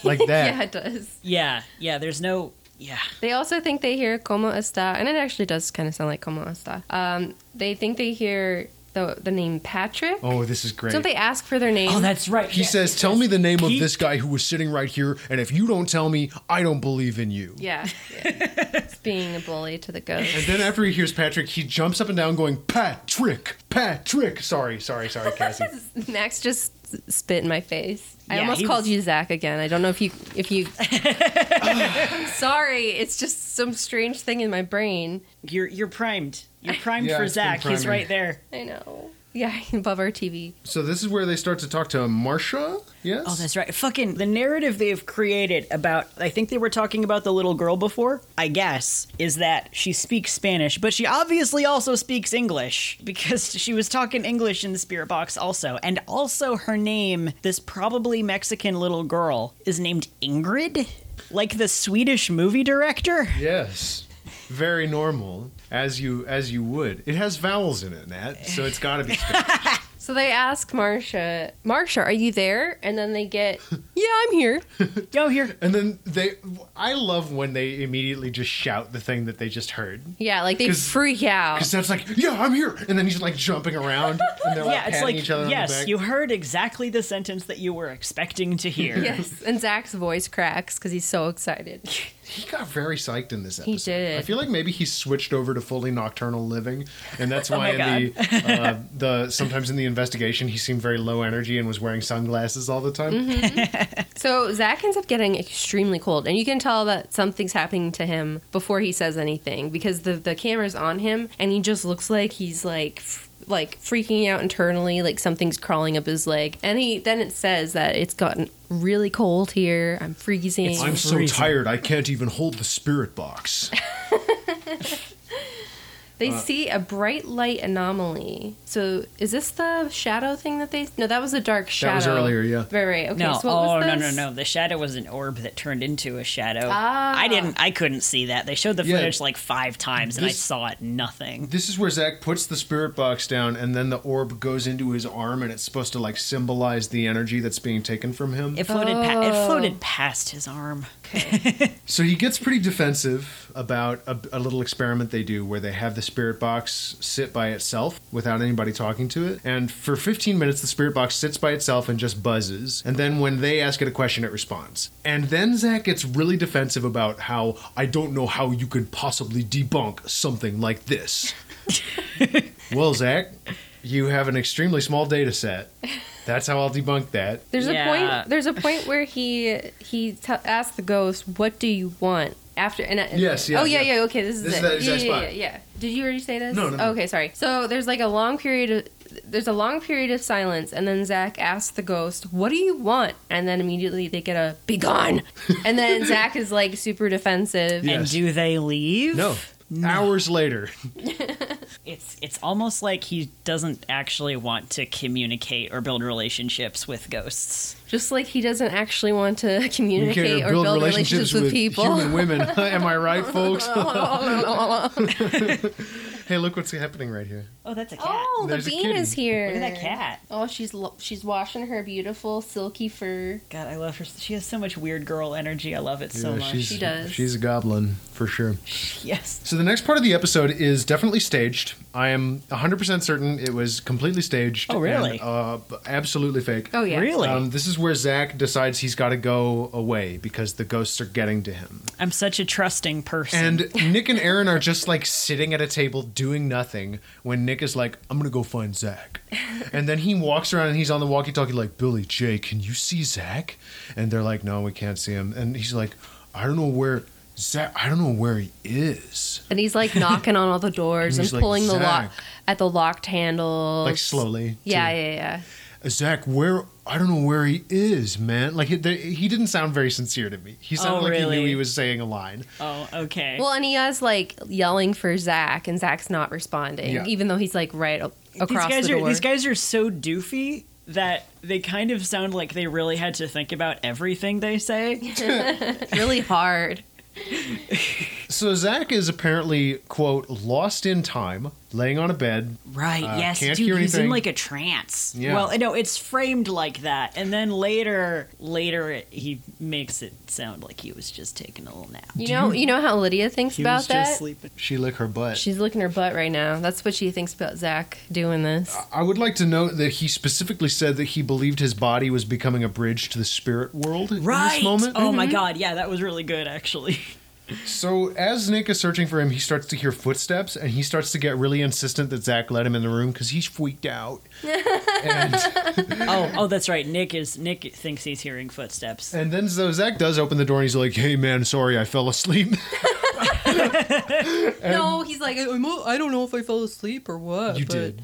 like that. yeah, it does. Yeah. Yeah. There's no. Yeah. They also think they hear como está, and it actually does kind of sound like como está. Um, they think they hear the the name Patrick. Oh, this is great. Don't they ask for their name? Oh, that's right. He Yeah. says, "Tell me the name of Pete- this guy who was sitting right here, and if you don't tell me, I don't believe in you." yeah. yeah. it's being a bully to the ghost. And then after he hears Patrick, he jumps up and down, going, "Patrick, Patrick!" Sorry, sorry, sorry, Cassie. Max just s- spit in my face. I Yeah, almost he called was- you Zach again. I don't know if you if you. I'm sorry. It's just some strange thing in my brain. "You're you're primed. You're primed Yeah, for it's been Zach. He's priming. right there." I know. Yeah, above our TV. so this is where they start to talk to Marsha. Yes. Oh, that's right. Fucking the narrative they've created about. I think they were talking about the little girl before. I guess is that she speaks Spanish, but she obviously also speaks English because she was talking English in the spirit box also, and also her name. This probably Mexican little girl is named Ingrid, like the Swedish movie director. yes. Very normal, as you as you would. It has vowels in it, Nat, so it's got to be. Spanish. So they ask Marsha, Marsha, are you there? And then they get, yeah, I'm here. Yo, here. And then they, I love when they immediately just shout the thing that they just heard. Yeah, like they 'Cause- freak out. Because that's like, yeah, I'm here, and then he's like jumping around, and they're like yeah, it's patting like each other on the yes, back. you heard exactly the sentence that you were expecting to hear. Yes, and Zach's voice cracks because he's so excited. he got very psyched in this episode. did. I feel like maybe he switched over to fully nocturnal living, and that's why Oh my in the uh, the sometimes in the investigation he seemed very low energy and was wearing sunglasses all the time. Mm-hmm. So Zach ends up getting extremely cold, and you can tell that something's happening to him before he says anything because the the camera's on him, and he just looks like he's like. F- like freaking out internally, like something's crawling up his leg, and he then it says that it's gotten really cold here. I'm freezing. It's- I'm so Freezing. tired I can't even hold the spirit box. they uh, see a bright light anomaly. So is this the shadow thing that they? No, that was a dark shadow. was earlier, yeah. Right, right. Okay. No, so what oh was no, no, this? no! The shadow was an orb that turned into a shadow. Ah. I didn't, I couldn't see that. They showed the Yeah. footage like five times, and I This- saw it nothing. this is where Zach puts the spirit box down, and then the orb goes into his arm, and it's supposed to like symbolize the energy that's being taken from him. It floated, pa- it Oh. floated past his arm. So he gets pretty defensive about a, a little experiment they do where they have the spirit box sit by itself without anybody talking to it. And for 15 minutes, the spirit box sits by itself and just buzzes. And then when they ask it a question, it responds. And then Zach gets really defensive about how I don't know how you could possibly debunk something like this. well, Zach, you have an extremely small data set. That's how I'll debunk that. There's a Yeah. point. There's a point where he he t- asks the ghost, "What do you want?" After and I, Yes, yeah, oh yeah, yeah. yeah, okay, this is This it. is that yeah, exact yeah, yeah, spot. yeah. Did you already say this? No, no, no. Okay, sorry. So there's like a long period of there's a long period of silence, and then Zach asks the ghost, "What do you want?" And then immediately they get a "Be gone," and then Zach is like super defensive. Yeah. And Yes. do they leave? No. Hours later. It's it's almost like he doesn't actually want to communicate or build relationships with ghosts. Just like he doesn't actually want to communicate or build, relationships, with, people. Human women. Am I right, folks? hey, look what's happening right here. Oh, that's a cat. oh, the There's a bean kitten. is here. Look at that cat. Oh, she's lo- she's washing her beautiful silky fur. God, I love her. She has so much weird girl energy. I love it so much. she's, She does. She's a goblin for sure. Yes. So the next part of the episode is definitely staged. I am 100% certain it was completely staged. Oh, really? and, uh, b- absolutely fake. Oh yeah, Really? Um, this is where Zach decides he's got to go away because the ghosts are getting to him. I'm such a trusting person. And Nick and Aaron are just like sitting at a table doing nothing when Nick is like, I'm gonna go find Zach. And then he walks around and he's on the walkie talkie, like, Billy, Jay, can you see Zach? And they're like, No, we can't see him. And he's like, I don't know where Zach, I don't know where he is. And he's like knocking on all the And doors and he's like, pulling the lock "Zach." at the locked handle. Like, slowly. Yeah, too. yeah, yeah. Zach, where, I don't know where he is, man. Like, he, he didn't sound very sincere to me. He Oh, sounded like he really? knew he was saying a line. oh, okay. Well, and he is like yelling for Zach, and Zach's not responding, Yeah. even though he's like right a- these across guys the are door. these guys are so doofy that they kind of sound like they really had to think about everything they say. really hard. So Zach is apparently, quote, lost in time, laying on a bed, Right. Uh, yes, can't dude. hear he's in anything. like a trance. Yeah. Well, no, it's framed like that, and then later, later it, he makes it sound like he was just taking a little nap. You know, you, know how Lydia thinks He about was that. just sleeping. she lick her butt. She's looking her butt right now. That's what she thinks about Zach doing this. I would like to note that he specifically said that he believed his body was becoming a bridge to the spirit world in Right. this moment. Mm-hmm. Oh my god. Yeah, that was really good actually. So as Nick is searching for him, he starts to hear footsteps and he starts to get really insistent that Zach let him in the room because he's freaked out. and, oh, oh, that's right. Nick is Nick thinks he's hearing footsteps. and then so Zach does open the door and he's like, hey man, sorry, I fell asleep. no, he's like, I'm, I don't know if I fell asleep or what. you but did.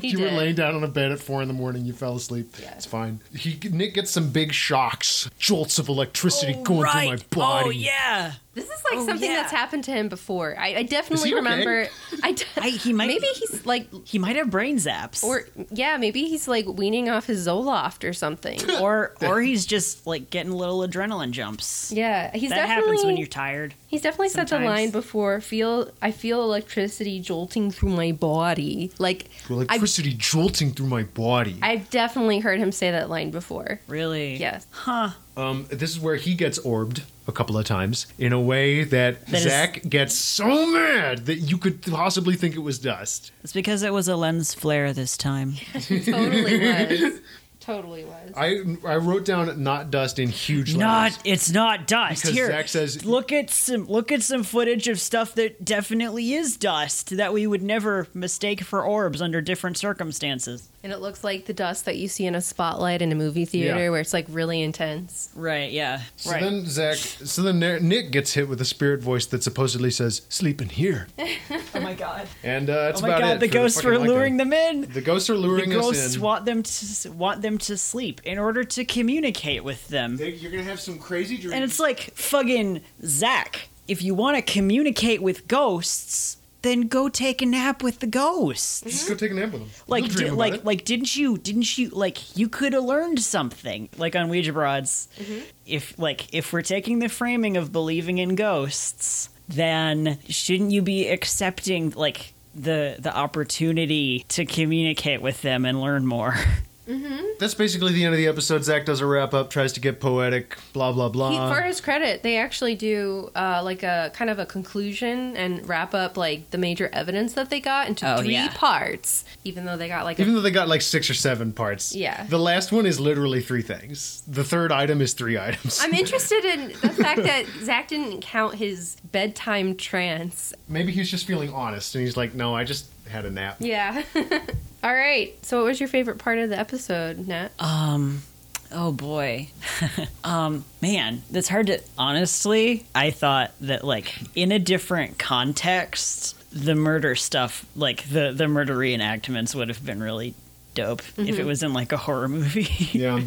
He you did. were laying down on a bed at four in the morning. You fell asleep. Yeah. It's fine. He Nick gets some big shocks, jolts of electricity going Oh, right. through my body. Oh yeah. This is like Oh, something yeah. that's happened to him before. I, I definitely okay? remember. I, de- I- he might- maybe he's like, He might have brain zaps, or yeah, maybe he's like weaning off his Zoloft or something. or or he's just like getting little adrenaline jumps. Yeah, he's that definitely happens when you're tired. he's definitely said the sometimes. line before. Feel I feel electricity jolting through my body. Like I've, Electricity jolting through my body. I've definitely heard him say that line before. Really? Yes. Huh. Um, this is where he gets orbed a couple of times in a way that, That is- Zach gets so mad that you could possibly think it was dust. It's because it was a lens flare this time. totally was. Totally was. I I wrote down not dust in huge Not. letters. It's not dust. Because Here, Zach says- look at some look at some footage of stuff that definitely is dust that we would never mistake for orbs under different circumstances. And it looks like the dust that you see in a spotlight in a movie theater Yeah. where it's like really intense. Right. Yeah. So right. then Zach, so then Na- Nick gets hit with a spirit voice that supposedly says "sleep in here," oh my god. and uh, that's Oh my about god. it. The for ghosts fucking were lockdown. luring them in. The ghosts are The luring us ghosts in. want them to want them to sleep in order to communicate with them. They- You're gonna have some crazy dreams. And it's like, fucking Zach, if you want to communicate with ghosts, then go take a nap with the ghosts. just go take a nap with them. Like, You'll di- dream about like, it. like, didn't you, didn't you, like, you could have learned something, like on Ouija broads. Mm-hmm. If, like, if we're taking the framing of believing in ghosts, then shouldn't you be accepting, like, the the opportunity to communicate with them and learn more? that's basically the end of the episode. Zach does a wrap up, tries to get poetic, blah blah He, blah. for his credit, they actually do uh, like a kind of a conclusion and wrap up like the major evidence that they got into Oh, three yeah. parts, even though they got like Even a, though they got like six or seven parts. Yeah. The last one is literally three things. The third item is three items. I'm interested in the fact that Zach didn't count his bedtime trance. Maybe he's just feeling honest and he's like, no, I just had a nap. Yeah. All right. So, what was your favorite part of the episode, Nat? Uh, Um, oh boy. um, man, that's hard to. Honestly, I thought that like in a different context, the murder stuff, like the the murder reenactments, would have been really dope if it was in like a horror movie. Yeah.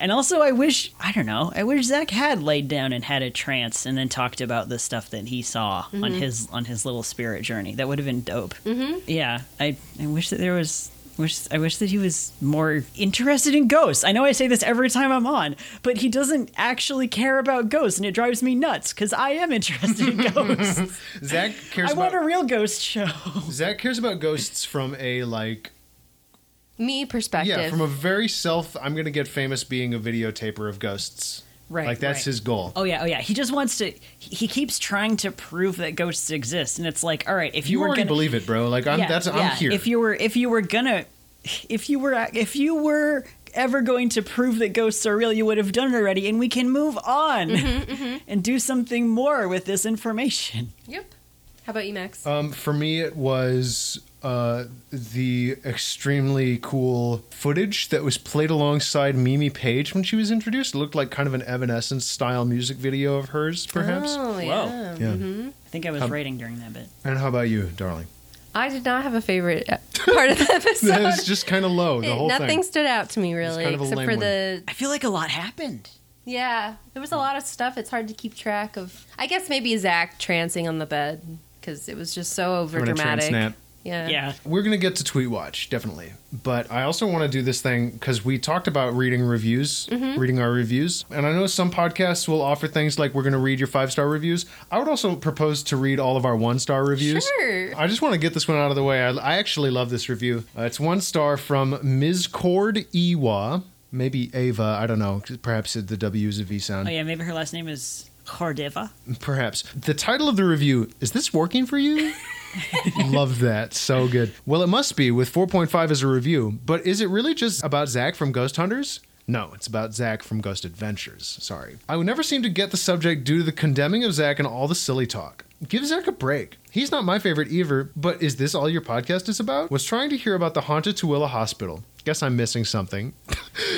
and also, I wish I don't know. I wish Zach had laid down and had a trance and then talked about the stuff that he saw on his on his little spirit journey. That would have been dope. Mm-hmm. Yeah, I I wish that there was. Wish, I wish that he was more interested in ghosts. I know I say this every time I'm on, but he doesn't actually care about ghosts, and it drives me nuts because I am interested in ghosts. Zach cares I want about a real ghost show. Zach cares about ghosts from a like Me perspective. yeah, from a very self I'm gonna get famous being a videotaper of ghosts. Right, Like that's right. his goal. Oh yeah, oh yeah. He just wants to. He he keeps trying to prove that ghosts exist, and it's like, all right, if you, You, were already gonna, believe it, bro. Like I'm Yeah, that's yeah. I'm here. If you were, if you were gonna, if you were, if you were ever going to prove that ghosts are real, you would have done it already, and we can move on and do something more with this information. Yep. How about you, Max? Um, for me, it was uh, the extremely cool footage that was played alongside Mimi Page when she was introduced. It looked like kind of an Evanescence style music video of hers, perhaps. Oh, yeah. Yeah. I think I was Um, writing during that bit. And how about you, darling? I did not have a favorite uh, part of the episode. That was just kind of low. The It- whole nothing thing. stood out to me really, kind of a except lame for one. the I feel like a lot happened. yeah. Hmm. There was a lot of stuff. It's hard to keep track of. I guess maybe Zach trancing on the bed because it was just so over Having a trans dramatic. nap. Yeah. Yeah, We're gonna get to Tweet Watch definitely, but I also want to do this thing because we talked about reading reviews, reading our reviews, and I know some podcasts will offer things like we're gonna read your five star reviews. I would also propose to read all of our one star reviews. Sure. I just want to get this one out of the way. I, I actually love this review. Uh, it's one star from Ms. Cord Ewa, maybe Ava. I don't know. Perhaps the W is a V sound. oh yeah. Maybe her last name is Cordeva. Perhaps. The title of the review is This Working for You? Love that. So good. Well, it must be with 4.5 as a review, but is it really just about Zach from Ghost Hunters? No, it's about Zach from Ghost Adventures. Sorry. I would never seem to get the subject due to the condemning of Zach and all the silly talk. Give Zach a break. He's not my favorite either, but is this all your podcast is about? Was trying to hear about the haunted Tooele Hospital. Guess I'm missing something.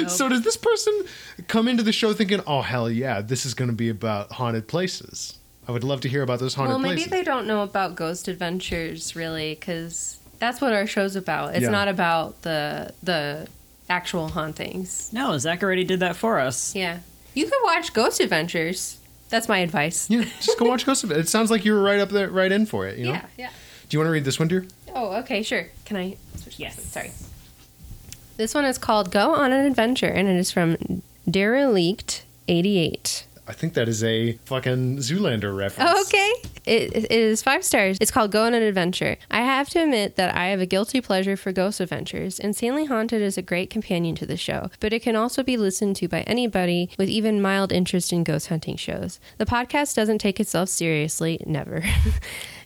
so does this person come into the show thinking, "Oh hell yeah, this is going to be about haunted places"? I would love to hear about those haunted Well, maybe places. they don't know about ghost adventures really because that's what our show's about. It's Yeah. not about the the actual hauntings. No, Zach already did that for us. Yeah. You could watch Ghost Adventures. That's my advice. Yeah, just go watch Ghost of It. It sounds like you were right up there, right in for it. You know. Yeah, yeah. Do you want to read this one, dear? Oh, okay, sure. Can I? Switch Yes. this one? Sorry. This one is called "Go on an Adventure" and it is from Derelict eighty eight. I think that is a fucking Zoolander reference. Oh, okay. It, it is five stars. It's called Go on an Adventure. I have to admit that I have a guilty pleasure for ghost adventures. Insanely Haunted is a great companion to the show, but it can also be listened to by anybody with even mild interest in ghost hunting shows. The podcast doesn't take itself seriously, never.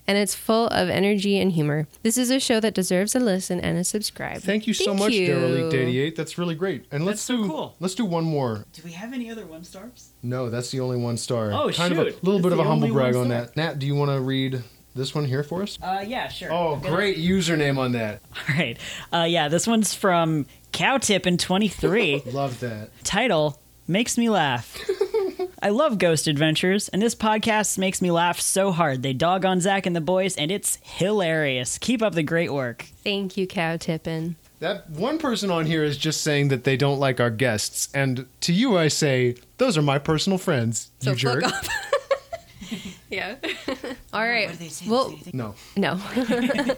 and it's full of energy and humor. This is a show that deserves a listen and a subscribe. Thank you so much, you. Derelict eighty eight. That's really great. And let's That's so do cool. let's do one more. Do we have any other one stars? No, that's the only one star. Oh, kind of a shoot. little That's bit of the a humble only brag one on star. that. Nat, do you want to read this one here for us? Uh, yeah, sure. Oh, I've got great username on that. All right. Uh, yeah, this one's from Cowtip in 23. Love that. Title Makes Me Laugh. I love ghost adventures, and this podcast makes me laugh so hard. They dog on Zach and the boys, and it's hilarious. Keep up the great work. Thank you, Cow Tippin. That one person on here is just saying that they don't like our guests, and to you I say, those are my personal friends. you jerk. fuck off. yeah. All right. Well, No, No.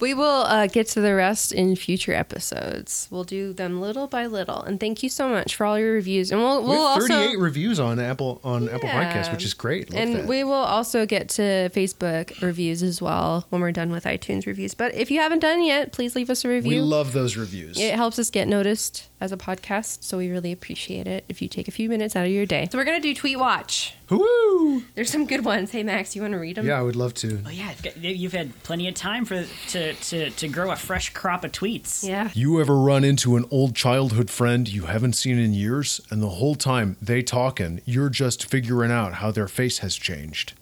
we will uh, get to the rest in future episodes. We'll do them little by little. And thank you so much for all your reviews. And we'll, we we'll have 38 also. reviews on Apple on Apple Yeah. Podcasts, which is great. Love And that. we will also get to Facebook reviews as well when we're done with iTunes reviews. But if you haven't done yet, please leave us a review. we love those reviews. It helps us get noticed as a podcast, so we really appreciate it if you take a few minutes out of your day. So we're gonna do Tweet Watch. Woo! There's some good ones. Hey Max, you want to read them? Yeah, I would love to. Oh yeah, I've got- you've had plenty of time for to, to to grow a fresh crop of tweets. Yeah. You ever run into an old childhood friend you haven't seen in years, and the whole time they talking, you're just figuring out how their face has changed?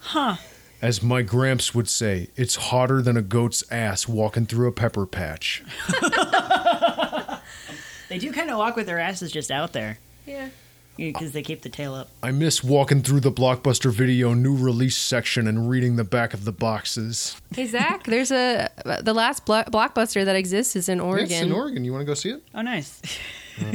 huh. As my gramps would say, it's hotter than a goat's ass walking through a pepper patch. They do kind of walk with their asses just out there Yeah. because they keep the tail up. I miss walking through the blockbuster video new release section and reading the back of the boxes. Hey Zach, there's a the last blo- blockbuster that exists is in Oregon. It's in Oregon. You want to go see it? Oh, nice.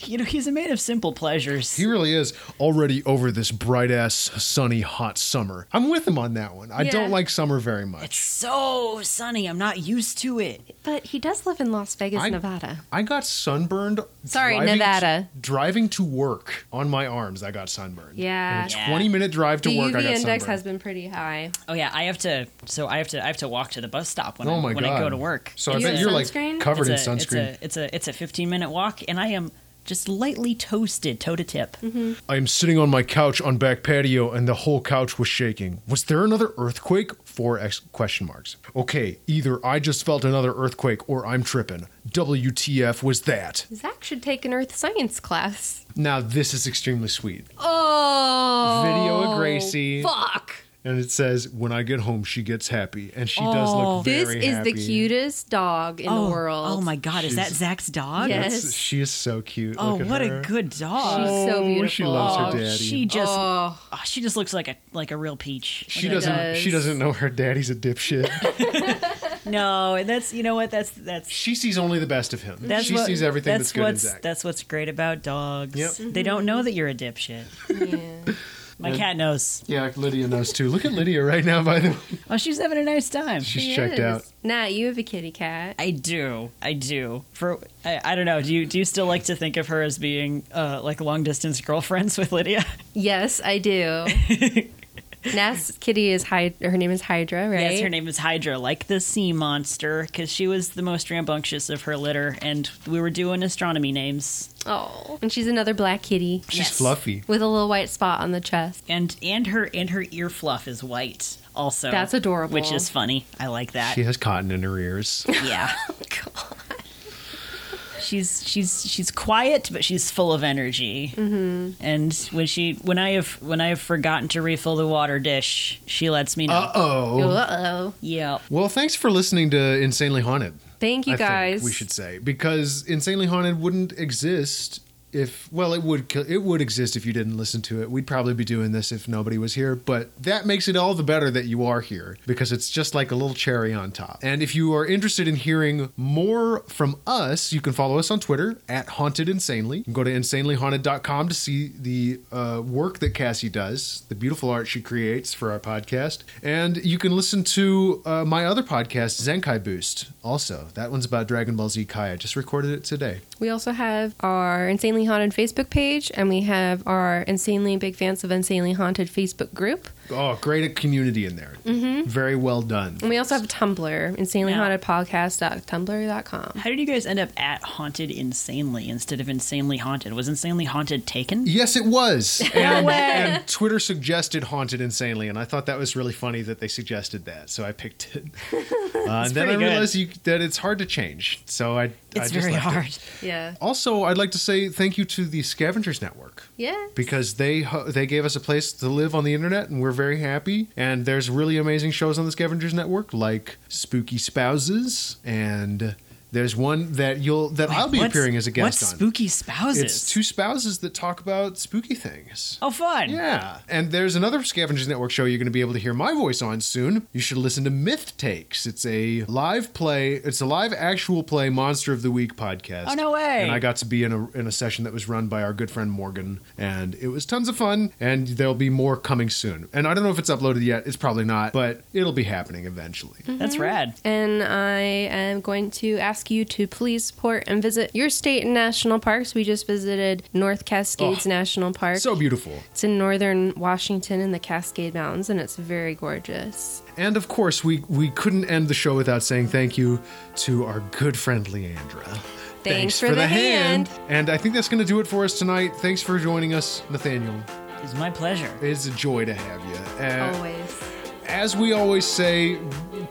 you know, he's a man of simple pleasures. He really is already over this bright ass, sunny, hot summer. I'm with him on that one. I Yeah. don't like summer very much. it's so sunny. I'm not used to it. But he does live in Las Vegas, I- Nevada. I got sunburned. Sorry, driving Nevada. To, driving to work on my arms, I got sunburned. Yeah. Yeah. Twenty minute drive to The work, I UV got index sunburned. has been pretty high. Oh yeah, I have to. So I have to. I have to walk to the bus stop when oh I, my when god! I go to work. So Do I you bet have you're sunscreen? like covered it's in a, sunscreen. It's a, it's a it's a 15 minute walk, and I am just lightly toasted toe to tip. I am sitting on my couch on back patio, and the whole couch was shaking. Was there another earthquake? Four ex- question marks. Okay, either I just felt another earthquake, or I'm tripping. WTF was that? Zach should take an earth science class. Now this is extremely sweet. Oh. Video of Gracie. Fuck. And it says, "When I get home, she gets happy, and she does look Oh, this very is the happy. cutest dog in oh, the world. Oh my god, is that She's- Zach's dog? Yeah. That's- Yes. She is so cute. Oh, Look at what her. a good dog. She's so Oh, beautiful. she loves her Oh, daddy. She just Oh. oh, she just looks like a like a real peach. She She doesn't. does. She doesn't know her daddy's a dipshit. No, and that's you know what that's that's she sees only the best of him. that's she what- sees everything that's, good in what's Zach. that's what's great about dogs. Yep. They don't know that you're a dipshit. Yeah. My cat knows. yeah, like Lydia knows too. Look at Lydia right now. By the way, Oh, she's having a nice time. she's She checked is. out. Nat, you have a kitty cat. I do. I do. For I, I don't know. Do you do you still like to think of her as being uh, like long distance girlfriends with Lydia? Yes, I do. Nat's kitty is Hydra. Her name is Hydra, right? Yes, her name is Hydra, like the sea monster, because she was the most rambunctious of her litter, and we were doing astronomy names. Oh. And she's another black kitty She's Yes. fluffy. with a little white spot on the chest. And and her and her ear fluff is white. Also, That's adorable. Which is funny. I like that. She has cotton in her ears. yeah. Oh, She's she's she's quiet, but she's full of energy. Mm-hmm. And when she when I have when I have forgotten to refill the water dish, she lets me know. Uh oh. Uh oh. yeah. Well, thanks for listening to Insanely Haunted. Thank you I think guys. we should say because Insanely Haunted wouldn't exist if well it would kill- it would exist if you didn't listen to it we'd probably be doing this if nobody was here but that makes it all the better that you are here because it's just like a little cherry on top and if you are interested in hearing more from us you can follow us on twitter at haunted insanely you can go to insanelyhaunted.com to see the uh, work that cassie does the beautiful art she creates for our podcast and you can listen to uh, my other podcast zenkai boost also that one's about dragon ball z kai i just recorded it today We also have our Insanely Haunted Facebook page, and we have our Insanely Big Fans of Insanely Haunted Facebook group. Oh, great community in there. Very well done. And we also have a Tumblr, insanelyhauntedpodcast.tumblr.com. How did you guys end up at Haunted Insanely instead of Insanely Haunted? Was Insanely Haunted taken? Yes, it was. And, and Twitter suggested Haunted Insanely, and I thought that was really funny that they suggested that, so I picked it. Uh, and then I pretty good. realized you, that it's hard to change, so I, I It's just very left it. hard. Yeah. Also, I'd like to say thank you to the Scavengers Network. Yeah. because they they gave us a place to live on the internet and we're very happy and there's really amazing shows on the scavengers network like spooky spouses and there's one that you'll that i'll be What's- appearing as a guest What's on spooky spouses? it's two spouses that talk about spooky things oh, fun. yeah. And there's another Scavengers Network show you're going to be able to hear my voice on soon. You should listen to Myth Takes. It's a live play, it's a live actual play Monster of the Week podcast. Oh, no way. And I got to be in a, in a session that was run by our good friend Morgan. And it was tons of fun. And there'll be more coming soon. And I don't know if it's uploaded yet. It's probably not, but it'll be happening eventually. That's rad. And I am going to ask you to please support and visit your state and national parks. We just visited North Cascades Oh, National Park. So beautiful. it's in northern Washington in the Cascade Mountains, and it's very gorgeous. And of course, we, we couldn't end the show without saying thank you to our good friend Leandra. Thanks, for the hand. And I think that's going to do it for us tonight. Thanks for joining us, Nathaniel. It's my pleasure. It's a joy to have you. Uh, Always. As we always say,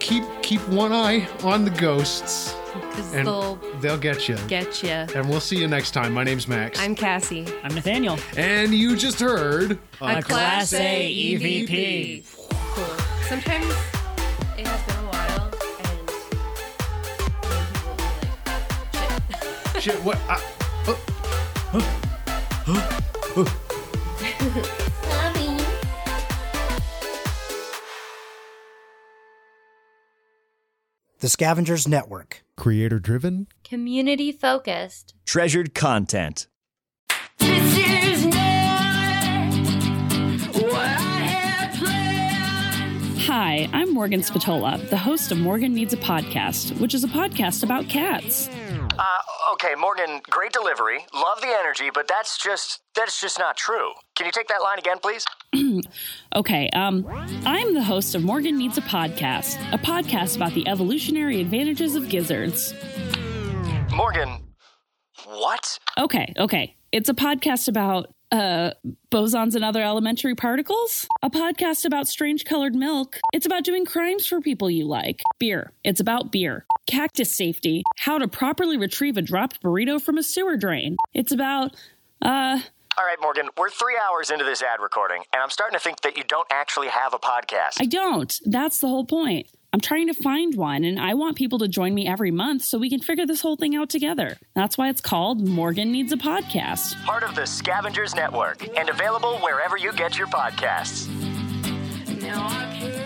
keep keep one eye on the ghosts, Because and they'll they'll get you. get you. and we'll see you next time. My name's Max. I'm Cassie. I'm Nathaniel. and you just heard uh, A Class A E EVP. Cool. Sometimes it has been a while, and then people will be like, shit. Shit, what? I, The Scavengers Network. Creator driven. Community focused. Treasured content. This is not what I had planned. Hi, I'm Morgan Spatola, the host of Morgan Needs a Podcast, which is a podcast about cats. Uh, Okay, Morgan, great delivery. Love the energy, but that's just that's just not true. Can you take that line again, please? Okay, um, I'm the host of Morgan Needs a Podcast, a podcast about the evolutionary advantages of gizzards. Morgan, what? Okay, okay. It's a podcast about uh bosons and other elementary particles. A podcast about strange colored milk. It's about doing crimes for people you like. Beer. It's about beer. Cactus safety. How to properly retrieve a dropped burrito from a sewer drain. It's about uh All right, Morgan, we're 3 hours into this ad recording, and I'm starting to think that you don't actually have a podcast. I don't. That's the whole point. I'm trying to find one, and I want people to join me every month so we can figure this whole thing out together. That's why it's called Morgan Needs a Podcast. Part of the Scavengers Network and available wherever you get your podcasts. Now I can't.